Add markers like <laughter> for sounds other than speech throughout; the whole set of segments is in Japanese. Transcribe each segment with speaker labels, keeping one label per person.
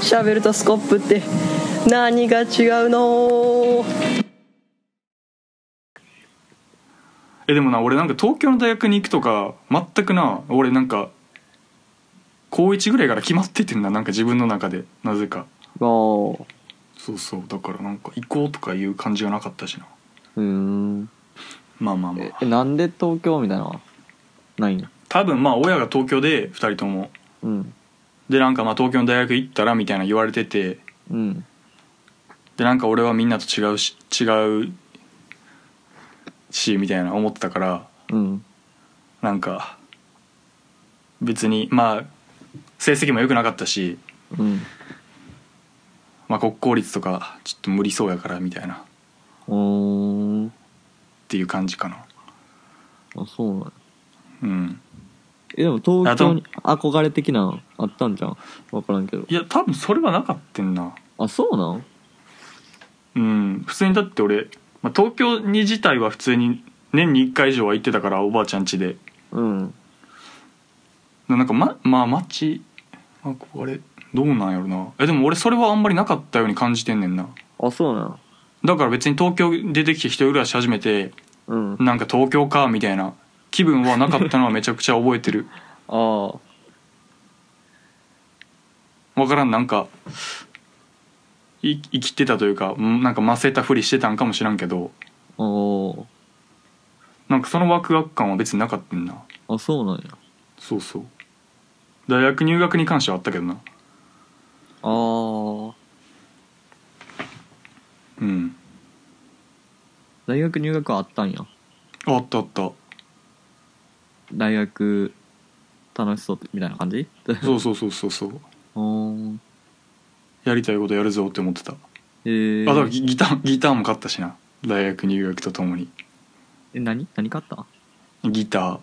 Speaker 1: シャベルとスコップって何が違うの
Speaker 2: えでもな俺なんか東京の大学に行くとか全くな俺なんか高1ぐらいから決まっててんだなんか自分の中でなぜか
Speaker 3: おー
Speaker 2: そうそうだからなんか行こうとかいう感じがなかったしな
Speaker 3: うーん
Speaker 2: まあまあま
Speaker 3: え
Speaker 2: あ
Speaker 3: えなんで東京みたいなのはないん
Speaker 2: 多分まあ親が東京で2人とも
Speaker 3: うん
Speaker 2: でなんかまあ東京の大学行ったらみたいな言われてて
Speaker 3: うん
Speaker 2: でなんか俺はみんなと違うし違うしみたいな思ってたから
Speaker 3: うん
Speaker 2: なんか別にまあ成績も良くなかったし、
Speaker 3: うん
Speaker 2: まあ、国公立とかちょっと無理そうやからみたいなっ
Speaker 3: おー
Speaker 2: ていう感じかな
Speaker 3: あそうなんや
Speaker 2: うん
Speaker 3: えでも東京に憧れ的なのあったんじゃん分からんけど
Speaker 2: いや多分それはなかったんな
Speaker 3: あそうなん
Speaker 2: うん普通にだって俺、まあ、東京に自体は普通に年に1回以上は行ってたからおばあちゃん家で
Speaker 3: うん
Speaker 2: なんかままあ街あこれどうなんやろなえでも俺それはあんまりなかったように感じてんねんな
Speaker 3: あそうなん
Speaker 2: だから別に東京出てきて一人暮らし始めて
Speaker 3: うん
Speaker 2: なんか東京かみたいな気分はなかったのはめちゃくちゃ覚えてる
Speaker 3: ああ
Speaker 2: わからんなんかい生きてたというかうんなんかませたふりしてたんかもしらんけど
Speaker 3: お
Speaker 2: なんかそのワクワク感は別になかったんな
Speaker 3: ーあそうなんや
Speaker 2: そうそう大学入学に関してはあったけどな
Speaker 3: ああ
Speaker 2: うん
Speaker 3: 大学入学はあったんや
Speaker 2: ああったあった
Speaker 3: 大学楽しそうみたいな感じ
Speaker 2: そうそうそうそうそう
Speaker 3: おー
Speaker 2: やりたいことやるぞって思ってた
Speaker 3: えー、
Speaker 2: あだからギギターギターも買ったしな大学入学とともに
Speaker 3: え何何買った
Speaker 2: ギタ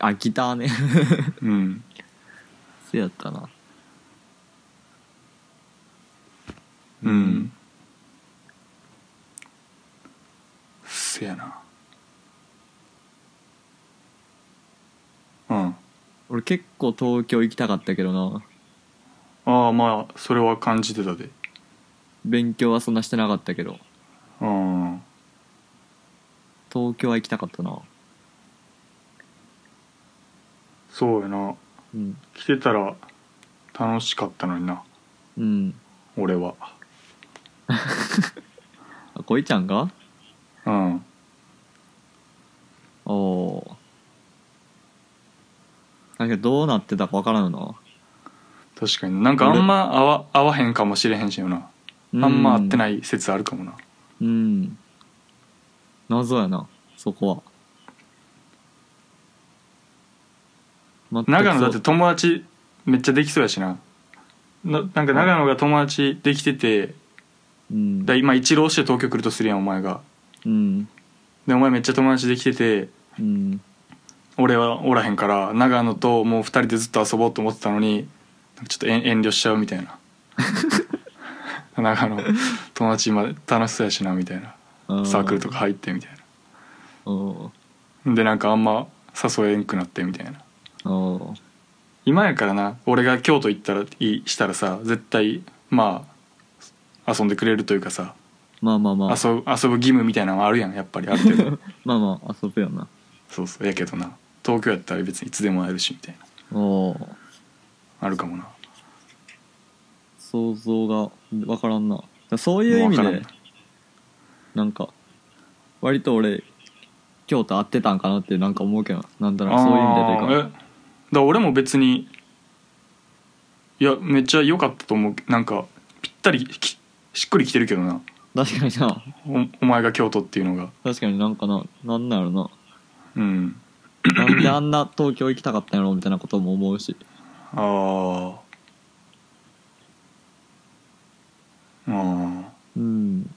Speaker 3: あギターね <laughs>
Speaker 2: ーうん
Speaker 3: そうやったな
Speaker 2: うん、
Speaker 3: うん
Speaker 2: せやなうん
Speaker 3: 俺結構東京行きたかったけどな
Speaker 2: ああまあそれは感じてたで
Speaker 3: 勉強はそんなしてなかったけど
Speaker 2: うん
Speaker 3: 東京は行きたかったな
Speaker 2: そうやな
Speaker 3: うん
Speaker 2: 来てたら楽しかったのにな
Speaker 3: うん
Speaker 2: 俺は
Speaker 3: あこいちゃんが
Speaker 2: うん
Speaker 3: おおだけどどうなってたかわからんよ
Speaker 2: 確かになんかあんま合わ合わへんかもしれへんしよな
Speaker 3: な
Speaker 2: あんま合ってないい説あるかもな
Speaker 3: うん謎やなそこは
Speaker 2: 長野だって
Speaker 3: て
Speaker 2: 友達めっちゃできそうやしなななんか長野が友達できてて
Speaker 3: うん
Speaker 2: だ今一浪して東京来るとするやんお前が
Speaker 3: うん
Speaker 2: でお前めっちゃ友達できてて
Speaker 3: うん
Speaker 2: 俺はおらへんから長野ともう2人でずっと遊ぼうと思ってたのになんかちょっと遠遠慮しちゃうみたいな長野友達今楽しそうやしなみたいなサークルとか入ってみたい
Speaker 3: お
Speaker 2: なでなんかあんま誘えんくなってみたいな
Speaker 3: お
Speaker 2: 今やからな俺が京都行ったらいしたらさ絶対まあ遊んでくれるというかさ
Speaker 3: まあまあまあ
Speaker 2: 遊ぶ遊ぶ義務みたいなのはあるやんやっぱりある程度
Speaker 3: まあまあ遊ぶよな
Speaker 2: そうそうやけどな東京やったら別にいつでも会えるしみたいな
Speaker 3: おお
Speaker 2: あるかもな
Speaker 3: 想像が分からんなだからそういう意味
Speaker 2: もう分
Speaker 3: でなんか割と俺京都合ってたんかなってなんか思うけどなんだろうそういう意味でと
Speaker 2: あ
Speaker 3: いう
Speaker 2: ーえだ
Speaker 3: か
Speaker 2: から俺も別にいやめっちゃ良かったと思うなんかぴったりきしっくりきてるけどな
Speaker 3: 確かにな
Speaker 2: おお前が京都っていうのが
Speaker 3: 確かになんかななんなんやろな
Speaker 2: うん
Speaker 3: なんであんな東京行きたかったんやろみたいなことも思うし
Speaker 2: ああああ
Speaker 3: うん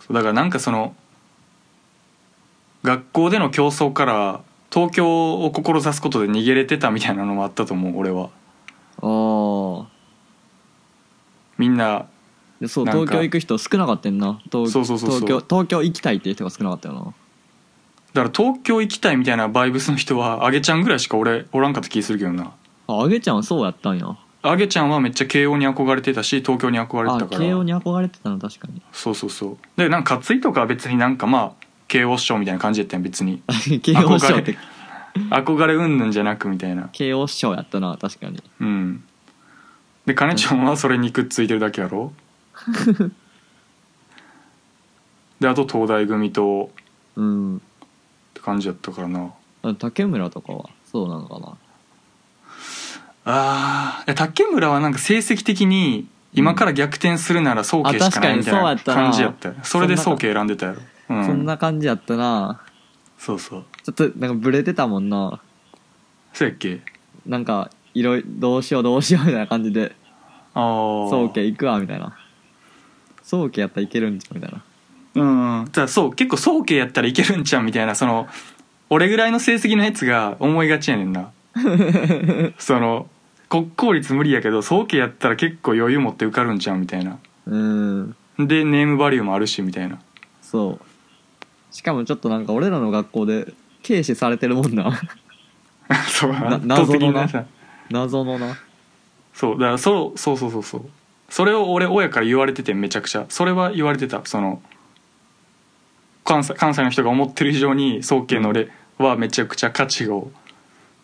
Speaker 2: そうだからなんかその学校での競争から東京を志すことで逃げれてたみたいなのもあったと思う俺は
Speaker 3: ああ
Speaker 2: みんな
Speaker 3: でそう
Speaker 2: なんか
Speaker 3: 東京行く人少なかったんな東
Speaker 2: そうそうそうそう
Speaker 3: 東京東京行きたいっていう人が少なかったよな
Speaker 2: だから東京行きたいみたいなバイブスの人はあげちゃんぐらいしか俺おらんかった気するけどな
Speaker 3: ああげちゃんはそうやったんや
Speaker 2: あげちゃんはめっちゃ慶応に憧れてたし東京に憧れ
Speaker 3: あ
Speaker 2: てたから
Speaker 3: 慶応に憧れてたの確かに
Speaker 2: そうそうそうでなんか勝井とかは別になんかまあ慶応師匠みたいな感じやったん別に
Speaker 3: <laughs> 慶応師匠っ
Speaker 2: 憧れ
Speaker 3: て
Speaker 2: 憧れ云々じゃなくみたいな
Speaker 3: 慶応師匠やったな確かに
Speaker 2: うんで金ちゃんはそれにくっついてるだけ
Speaker 3: <laughs>
Speaker 2: やろであと東大組と
Speaker 3: うん
Speaker 2: って感じやったからな
Speaker 3: あ竹村とかはそうなのかな
Speaker 2: あーいや竹村はなんか成績的に今から逆転するなら早慶しかないみたい
Speaker 3: あ
Speaker 2: な
Speaker 3: 確かにそ
Speaker 2: 感
Speaker 3: う
Speaker 2: じ
Speaker 3: や
Speaker 2: や
Speaker 3: っ
Speaker 2: ったた
Speaker 3: な
Speaker 2: よそれで早慶選んでたやろうん
Speaker 3: そんな感じやったな
Speaker 2: そうそう
Speaker 3: ちょっとなんかブレてたもんな
Speaker 2: そうやっけ
Speaker 3: なんかいろいろどうしようどうしようみたいな感じで
Speaker 2: ああ
Speaker 3: 早慶行くわみたいな早慶やったらいけるんじゃんみたいな
Speaker 2: うんじゃあそう結構早慶やったらいけるんちゃうみたいなその俺ぐらいの成績のやつが思いがちやねん
Speaker 3: <laughs>
Speaker 2: なその国公立無理やけど早慶やったら結構余裕持って受かるんちゃうみたいな
Speaker 3: うん
Speaker 2: でネームバリューもあるしみたいな <laughs>
Speaker 3: そうしかもちょっとなんか俺らの学校で軽視されてるもんな <laughs>
Speaker 2: そう
Speaker 3: な
Speaker 2: 圧倒
Speaker 3: 謎
Speaker 2: 的
Speaker 3: の
Speaker 2: に
Speaker 3: な
Speaker 2: なさ
Speaker 3: 謎のな
Speaker 2: そうだからそうそうそうそうそうそれを俺親から言われててめちゃくちゃそれは言われてたその関西関西の人が思ってる以上に早慶の俺はめちゃくちゃ価値を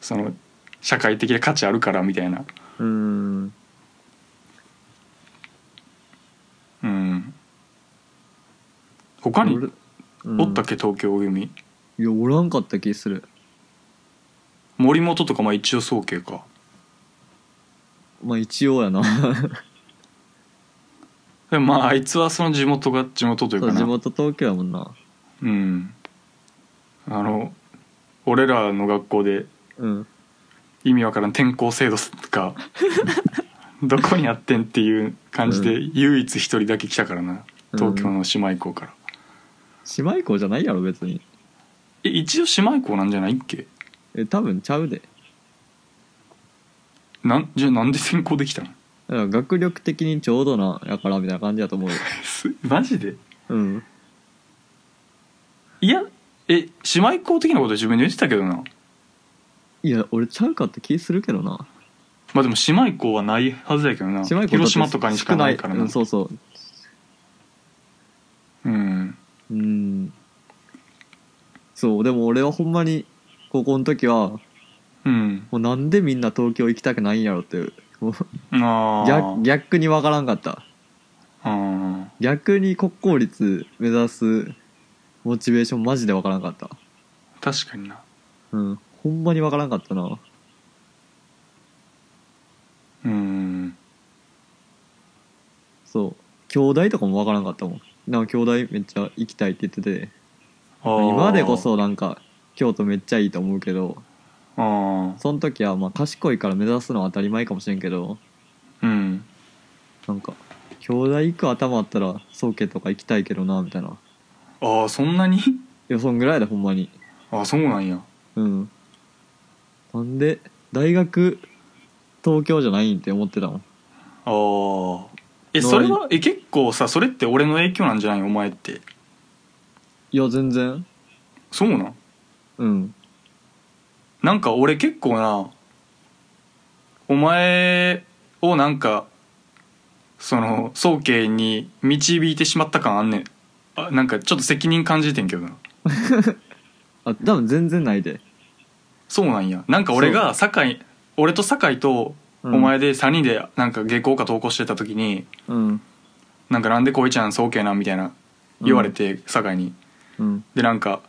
Speaker 2: その社会的で価値あるからみたいな
Speaker 3: うん
Speaker 2: うん他に
Speaker 3: 俺うん
Speaker 2: おったっけ東京組
Speaker 3: いやおらんかった気する
Speaker 2: 森本とかまあ一応早慶か
Speaker 3: まあ一応やな
Speaker 2: でもまああいつはその地元が地元という
Speaker 3: そ
Speaker 2: か
Speaker 3: う地
Speaker 2: な
Speaker 3: 元東京やもんな
Speaker 2: うんあの俺らの学校で
Speaker 3: うん
Speaker 2: 意味わからん転校制度
Speaker 3: <laughs>
Speaker 2: がどこにあってんっていう感じで唯一一人だけ来たからな東京の姉妹校から、
Speaker 3: 姉妹校じゃないやろ別に
Speaker 2: え一応姉妹校なんじゃないっけ
Speaker 3: え多分ちゃうで
Speaker 2: なんじゃあなんで転校できたの
Speaker 3: だから学力的にちょうどなやからみたいな感じやと思うよ
Speaker 2: すマジで
Speaker 3: うん
Speaker 2: いやえ姉妹校的なことは自分で言ってたけどない
Speaker 3: や俺ちゃうかって気するけどな
Speaker 2: まあでも姉妹校はないはずやけど
Speaker 3: 姉
Speaker 2: な
Speaker 3: 妹校だって
Speaker 2: 広島とかにしかないから
Speaker 3: 少
Speaker 2: な
Speaker 3: うんそうそう
Speaker 2: うん
Speaker 3: うんそうでも俺はほんまに高校の時は
Speaker 2: うん
Speaker 3: もうなんでみんな東京行きたくないんやろっていうもう
Speaker 2: あ
Speaker 3: 逆
Speaker 2: ー
Speaker 3: 逆に分からんかった
Speaker 2: あ
Speaker 3: 逆に国公立目指すモチベーションマジで分からんかった
Speaker 2: ー確かにな
Speaker 3: うんほんまに分からんかったな
Speaker 2: うん
Speaker 3: そう兄弟とかも分からんかったもんなんか兄弟めっちゃ行きたいって言ってて
Speaker 2: あー
Speaker 3: 今でこそなんか京都めっちゃいいと思うけど
Speaker 2: あー
Speaker 3: その時はまあ賢いから目指すのは当たり前かもしれんけど
Speaker 2: うん
Speaker 3: なんか兄弟行く頭あったら宗家とか行きたいけどなみたいな
Speaker 2: ああそんなに
Speaker 3: いやそんぐらいでほんまに
Speaker 2: あそうなんや
Speaker 3: うんなんで大学東京じゃないんって思ってたもん
Speaker 2: ああえ
Speaker 3: の
Speaker 2: それはえ結構さそれって俺の影響なんじゃないお前って
Speaker 3: いや全然
Speaker 2: そうなん
Speaker 3: うん
Speaker 2: なんか俺結構なお前をなんかその早慶に導いてしまった感あんねんあなんかちょっと責任感じてんけどな
Speaker 3: あ多分全然ないで
Speaker 2: そうなんやなんか俺が酒井俺と酒井とお
Speaker 3: うん
Speaker 2: 前で3人でなんか下校か登校してた時に、
Speaker 3: うん
Speaker 2: なんかなんでこいちゃん早慶なんみたいな言われて、酒井に
Speaker 3: うん
Speaker 2: でなんか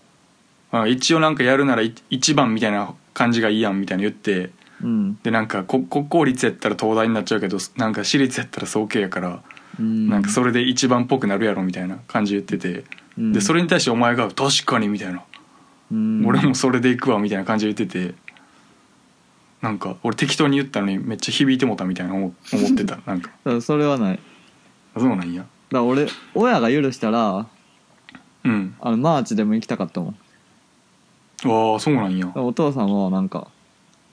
Speaker 2: あ一応なんかやるならい一番みたいな感じがいいやんみたいな言って
Speaker 3: うん
Speaker 2: でなんか国国公立やったら東大になっちゃうけどなんか私立やったら早慶やから、
Speaker 3: うん
Speaker 2: なんかそれで一番っぽくなるやろみたいな感じ言ってて、
Speaker 3: うん
Speaker 2: でそれに対してお前が「確かに」みたいな、
Speaker 3: うん
Speaker 2: 俺もそれで行くわ」みたいな感じ言っててなんか俺適当に言ったのにめっちゃ響いてもたみたいな思思っ
Speaker 3: <laughs>
Speaker 2: てたなんか
Speaker 3: だからそれはないだか
Speaker 2: そうなんや
Speaker 3: ら俺親が許したら
Speaker 2: うん
Speaker 3: あのマーチでも行きたかったもんだか
Speaker 2: ああそうなんや
Speaker 3: らお父さんはなんか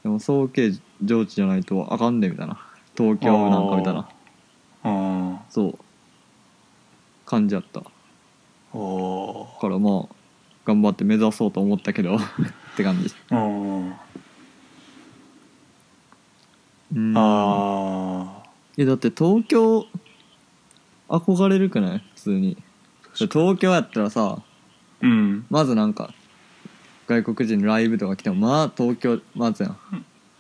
Speaker 3: でも総計上智じゃないとあかんでみたいな東京なんかみたいな
Speaker 2: あー
Speaker 3: そう感じやっただ
Speaker 2: あー
Speaker 3: からまあ頑張って目指そうと思ったけど <laughs> って感じ
Speaker 2: あー
Speaker 3: うん
Speaker 2: あー
Speaker 3: えだって東京憧れるくない普通に東京やったらさ
Speaker 2: うん
Speaker 3: まずなんか外国人のライブとか来てもまあ東京まずやん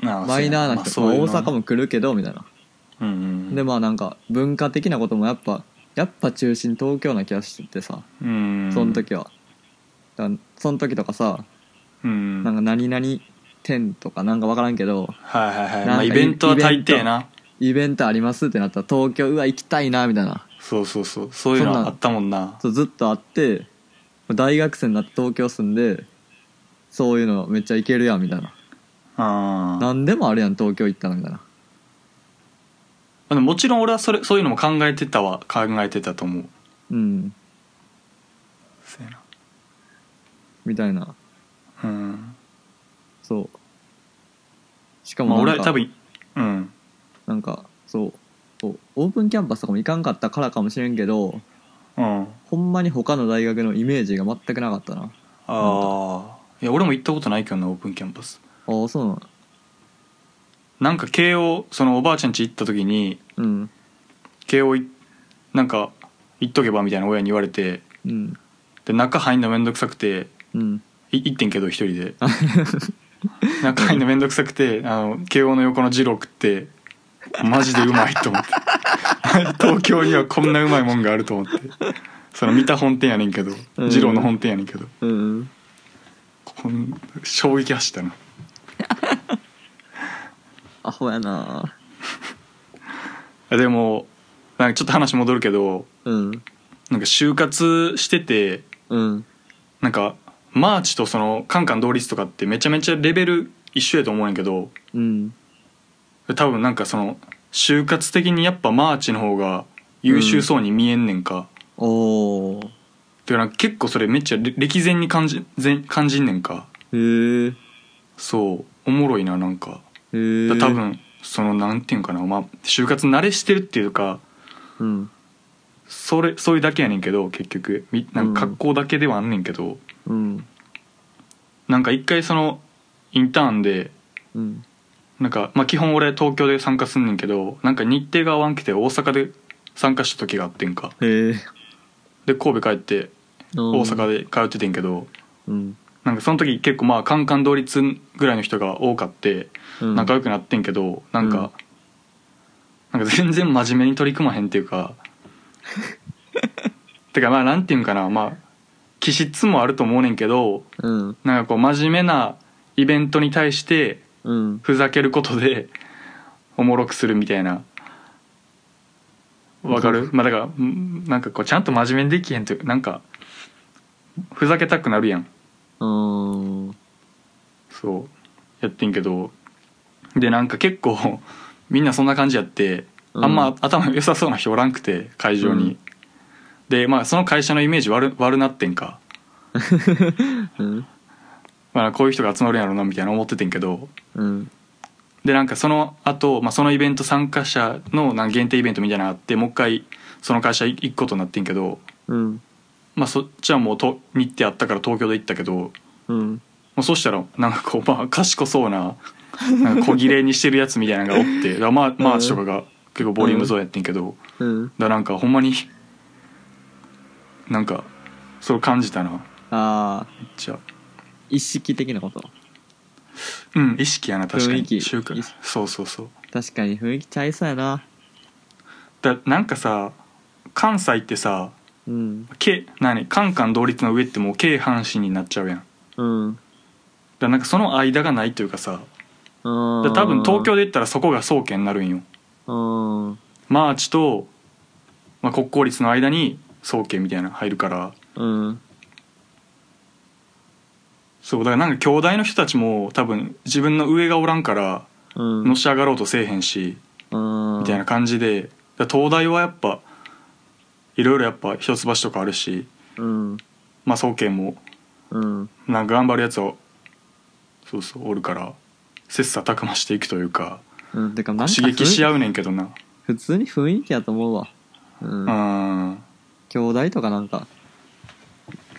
Speaker 2: ああ
Speaker 3: マイナーな人、
Speaker 2: そうや
Speaker 3: まあ
Speaker 2: な
Speaker 3: 大阪も来るけどみたいな、
Speaker 2: うんうん
Speaker 3: でまあなんか文化的なこともやっぱやっぱ中心東京な気がしててさ
Speaker 2: うん
Speaker 3: その時は、だからその時とかさ
Speaker 2: うん
Speaker 3: なんか何々店とかなんか分からんけど
Speaker 2: はいはいはい、
Speaker 3: なん
Speaker 2: まあ、
Speaker 3: か
Speaker 2: イベントは大抵な
Speaker 3: イベントありますってなったら東京うわ行きたいなみたいな
Speaker 2: そうそうそうそういうの
Speaker 3: そんな
Speaker 2: あったもんな
Speaker 3: そうずっとあって大学生になって東京住んでそういうのめっちゃ行けるやんみたいな
Speaker 2: ああ
Speaker 3: 何でもあるやん東京行ったらみたいな
Speaker 2: でももちろん俺はそれそういうのも考えてたは考えてたと思う
Speaker 3: うん
Speaker 2: そうやな
Speaker 3: みたいな
Speaker 2: うん
Speaker 3: そうしか
Speaker 2: ま
Speaker 3: も
Speaker 2: あ
Speaker 3: な
Speaker 2: 俺
Speaker 3: ん
Speaker 2: は
Speaker 3: か,、
Speaker 2: 多分うん
Speaker 3: なんかそうそうオープンキャンパスとかも行かんかったからかもしれんけど
Speaker 2: うん
Speaker 3: ほんまに他の大学のイメージが全くなかったな
Speaker 2: ああいや俺も行ったことないけどなオープンキャンパス
Speaker 3: ああそうなの
Speaker 2: なんか慶応そのおばあちゃん家行った時に
Speaker 3: うん
Speaker 2: 慶応いなんか行っとけばみたいな親に言われて
Speaker 3: うん
Speaker 2: で中入んの面倒くさくて
Speaker 3: うん
Speaker 2: い行ってんけど一
Speaker 3: <laughs>
Speaker 2: 人で中入んの面倒くさくてあの慶応の横の二郎食ってマジでうまいと思って
Speaker 3: <laughs>
Speaker 2: 東京にはこんなうまいもんがあると思ってその見た本店やねんけど
Speaker 3: うん
Speaker 2: 二郎の本店やねんけど
Speaker 3: うん
Speaker 2: こん衝撃走ったな
Speaker 3: アホやな
Speaker 2: でもなんかちょっと話戻るけど
Speaker 3: うん
Speaker 2: なんか就活してて
Speaker 3: うん
Speaker 2: なんかマーチとそのカンカン同率とかってめちゃめちゃレベル一緒やと思うんやけど
Speaker 3: うん
Speaker 2: 多分なんかその就活的にやっぱマーチの方が優秀そうに見えんねんか、
Speaker 3: おー
Speaker 2: てかなんか結構それめっちゃれ歴然に感じ全感じんねんか
Speaker 3: へえ
Speaker 2: そうおもろいななんか
Speaker 3: へ
Speaker 2: だ
Speaker 3: え
Speaker 2: 多分そのなんていうんかな、まあ、就活慣れしてるっていうか
Speaker 3: うん
Speaker 2: それそういうだけやねんけど結局みなんか格好だけではあんねんけど、
Speaker 3: うん
Speaker 2: なんか一回そのインターンで
Speaker 3: うん
Speaker 2: なんか、まあ、基本俺東京で参加すんねんけどなんか日程が合わんくて大阪で参加した時があってんか
Speaker 3: へえ
Speaker 2: で神戸帰って大阪で通っててんけど
Speaker 3: うん
Speaker 2: なんかその時結構まあカンカン同率ぐらいの人が多かって
Speaker 3: うん
Speaker 2: 仲良くなってんけどなんか、なんか全然真面目に取り組まへんっていうかてかまあなんていうんかなまあ気質もあると思うねんけど
Speaker 3: うん
Speaker 2: なんかこう真面目なイベントに対して
Speaker 3: うん
Speaker 2: ふざけることでおもろくするみたいなわかるまあだからんなんかこうちゃんと真面目にできへんというなんかふざけたくなるやん
Speaker 3: うん
Speaker 2: そうやってんけどでなんか結構みんなそんな感じやってあん
Speaker 3: う
Speaker 2: ま
Speaker 3: ん
Speaker 2: 頭良さそうな人おらんくて会場に、
Speaker 3: うん
Speaker 2: でまあその会社のイメージ悪悪なってんか、
Speaker 3: うん
Speaker 2: まあ、こういう人が集まるんやろうなみたいな思っててんけど
Speaker 3: うん
Speaker 2: でなんかその後、まあそのイベント参加者のなんか限定イベントみたいなのがあってもう一回その会社行くことになってんけど、
Speaker 3: うん
Speaker 2: まあ、そっちはもうと日程あったから東京で行ったけども
Speaker 3: うん
Speaker 2: うそしたらなんかこうまあ賢そうななんか小切れにしてるやつみたいなのがおってだからまあマーチとかが結構ボリューム増やってんけど、だか
Speaker 3: うん
Speaker 2: らなんかほんまになんかそれ感じたなめっ
Speaker 3: ああ
Speaker 2: ちゃ
Speaker 3: 意識的なこと
Speaker 2: うん意識やな確かに
Speaker 3: 雰囲気
Speaker 2: 習慣
Speaker 3: 意識
Speaker 2: そうそうそう
Speaker 3: 確かに雰囲気ちゃいそうやな
Speaker 2: だなんかさ関西ってさ
Speaker 3: うん
Speaker 2: け何カンカン同率の上ってもう軽阪神になっちゃうやんだか
Speaker 3: うん
Speaker 2: らなんかその間がないというかさだから多分東京で言ったらそこが総研になるんよ
Speaker 3: うん
Speaker 2: マーチと、まあ、国公立の間に総研みたいなの入るから
Speaker 3: うん
Speaker 2: そうだからなんか兄弟の人たちも多分自分の上がおらんから
Speaker 3: うん
Speaker 2: のし上がろうとせえへんし、
Speaker 3: み
Speaker 2: みたいな感じでだから東大はやっぱいろいろやっぱ一橋とかあるし、
Speaker 3: うん
Speaker 2: まあ、総研も
Speaker 3: うん
Speaker 2: なんか頑張るやつをそうそうおるから切磋琢磨していくというか
Speaker 3: うんてかなんか
Speaker 2: 刺激し
Speaker 3: う
Speaker 2: 合うねんけどな
Speaker 3: 普通に雰囲気やと思うわうん
Speaker 2: うん
Speaker 3: 兄弟とかなんか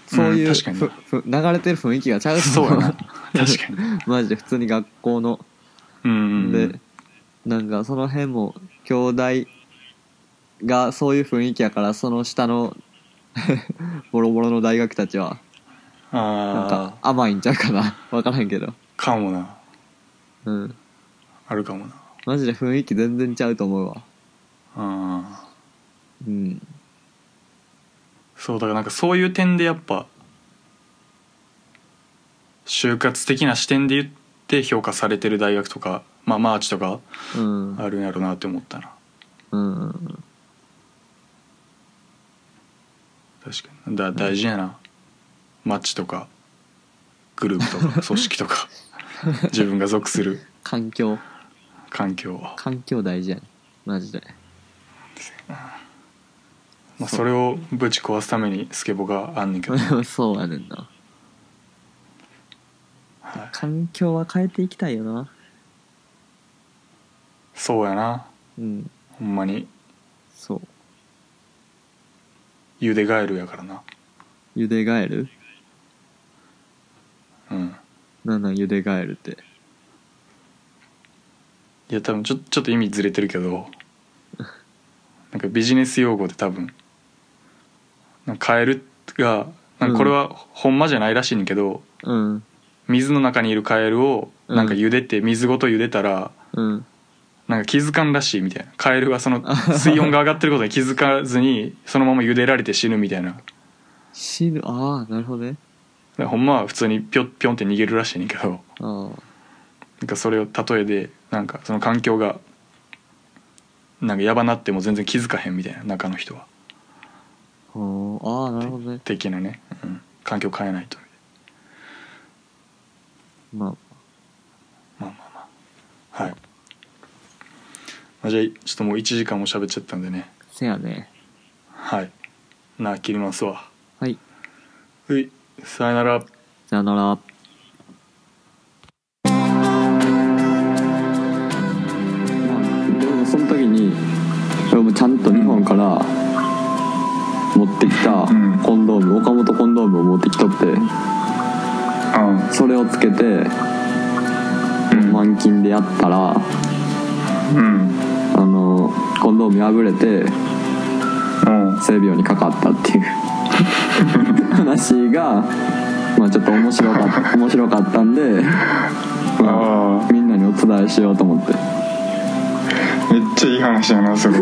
Speaker 3: そういう、
Speaker 2: うん確かに
Speaker 3: ふふ流れてる雰囲気がちゃうと
Speaker 2: そう
Speaker 3: 思
Speaker 2: や
Speaker 3: <laughs> う
Speaker 2: な確かに
Speaker 3: マジで普通に学校の、
Speaker 2: うんうん
Speaker 3: でなんかその辺も兄弟がそういう雰囲気やからその下の <laughs> ボロボロの大学たちはなんか
Speaker 2: ああ
Speaker 3: 甘いんちゃうかな <laughs> 分からんけど
Speaker 2: かもな
Speaker 3: うん
Speaker 2: あるかもな
Speaker 3: マジで雰囲気全然ちゃうと思うわ
Speaker 2: あ
Speaker 3: う
Speaker 2: ー
Speaker 3: ん
Speaker 2: そうだからなんかそういう点でやっぱ就活的な視点で言って評価されてる大学とかまあマーチとか
Speaker 3: うん
Speaker 2: あるんやろうなって思ったな
Speaker 3: うんうん
Speaker 2: 確かにだ大事やな、マッチとかグループとか組織とか
Speaker 3: <laughs>
Speaker 2: 自分が属する
Speaker 3: 環境
Speaker 2: 環境は、
Speaker 3: 環境大事やねマジで <laughs>
Speaker 2: まあ、それをぶち壊すためにスケボーがあんねんけど
Speaker 3: そうやねんな、
Speaker 2: はい
Speaker 3: 環境は変えていきたいよな
Speaker 2: そうやな
Speaker 3: うん
Speaker 2: ほんまに
Speaker 3: そう
Speaker 2: ゆでガエルやからな
Speaker 3: ゆでガエル
Speaker 2: うん
Speaker 3: なんなんゆでガエルって
Speaker 2: いや多分ちょちょっと意味ずれてるけどなんかビジネス用語で多分なんかカエルがなんかこれはほんまじゃないらしいねんけど、
Speaker 3: うん
Speaker 2: 水の中にいるカエルをなんか茹でて水ごと茹でたら
Speaker 3: うん
Speaker 2: なんか気づかんらしいみたいなカエルは <laughs> その水温が上がってることに気づかずにそのまま茹でられて死ぬみたいなだか
Speaker 3: 死ぬああなるほどね
Speaker 2: らほんまは普通にピョッピョンって逃げるらしいねんけど
Speaker 3: あ
Speaker 2: なんかそれを例えでなんかその環境がなんかやばなっても全然気づかへんみたいな中の人は
Speaker 3: あほうああなるほどね
Speaker 2: 的なね、うん、環境変えないと
Speaker 3: まあ
Speaker 2: まあまあまあはい、まあ、じゃあちょっともう1時間も喋っちゃったんでね
Speaker 3: せやね
Speaker 2: はいなあ切りますわ
Speaker 3: はい
Speaker 2: ういさよなら
Speaker 3: さよならでもその時に俺もちゃんと日本から持ってきた
Speaker 2: ん
Speaker 3: コンドーム、岡本コンドームを持ってきとって
Speaker 2: う
Speaker 3: それをつけて満勤でやったらあ
Speaker 2: うん
Speaker 3: のコンドーム破れて
Speaker 2: うん
Speaker 3: 性病にかかったっていう <laughs> 話が、まあ、ちょっと面白かった面白かったんで、ま
Speaker 2: あ
Speaker 3: あ、みんなにお伝えしようと思って
Speaker 2: あめっちゃいい話やなそれ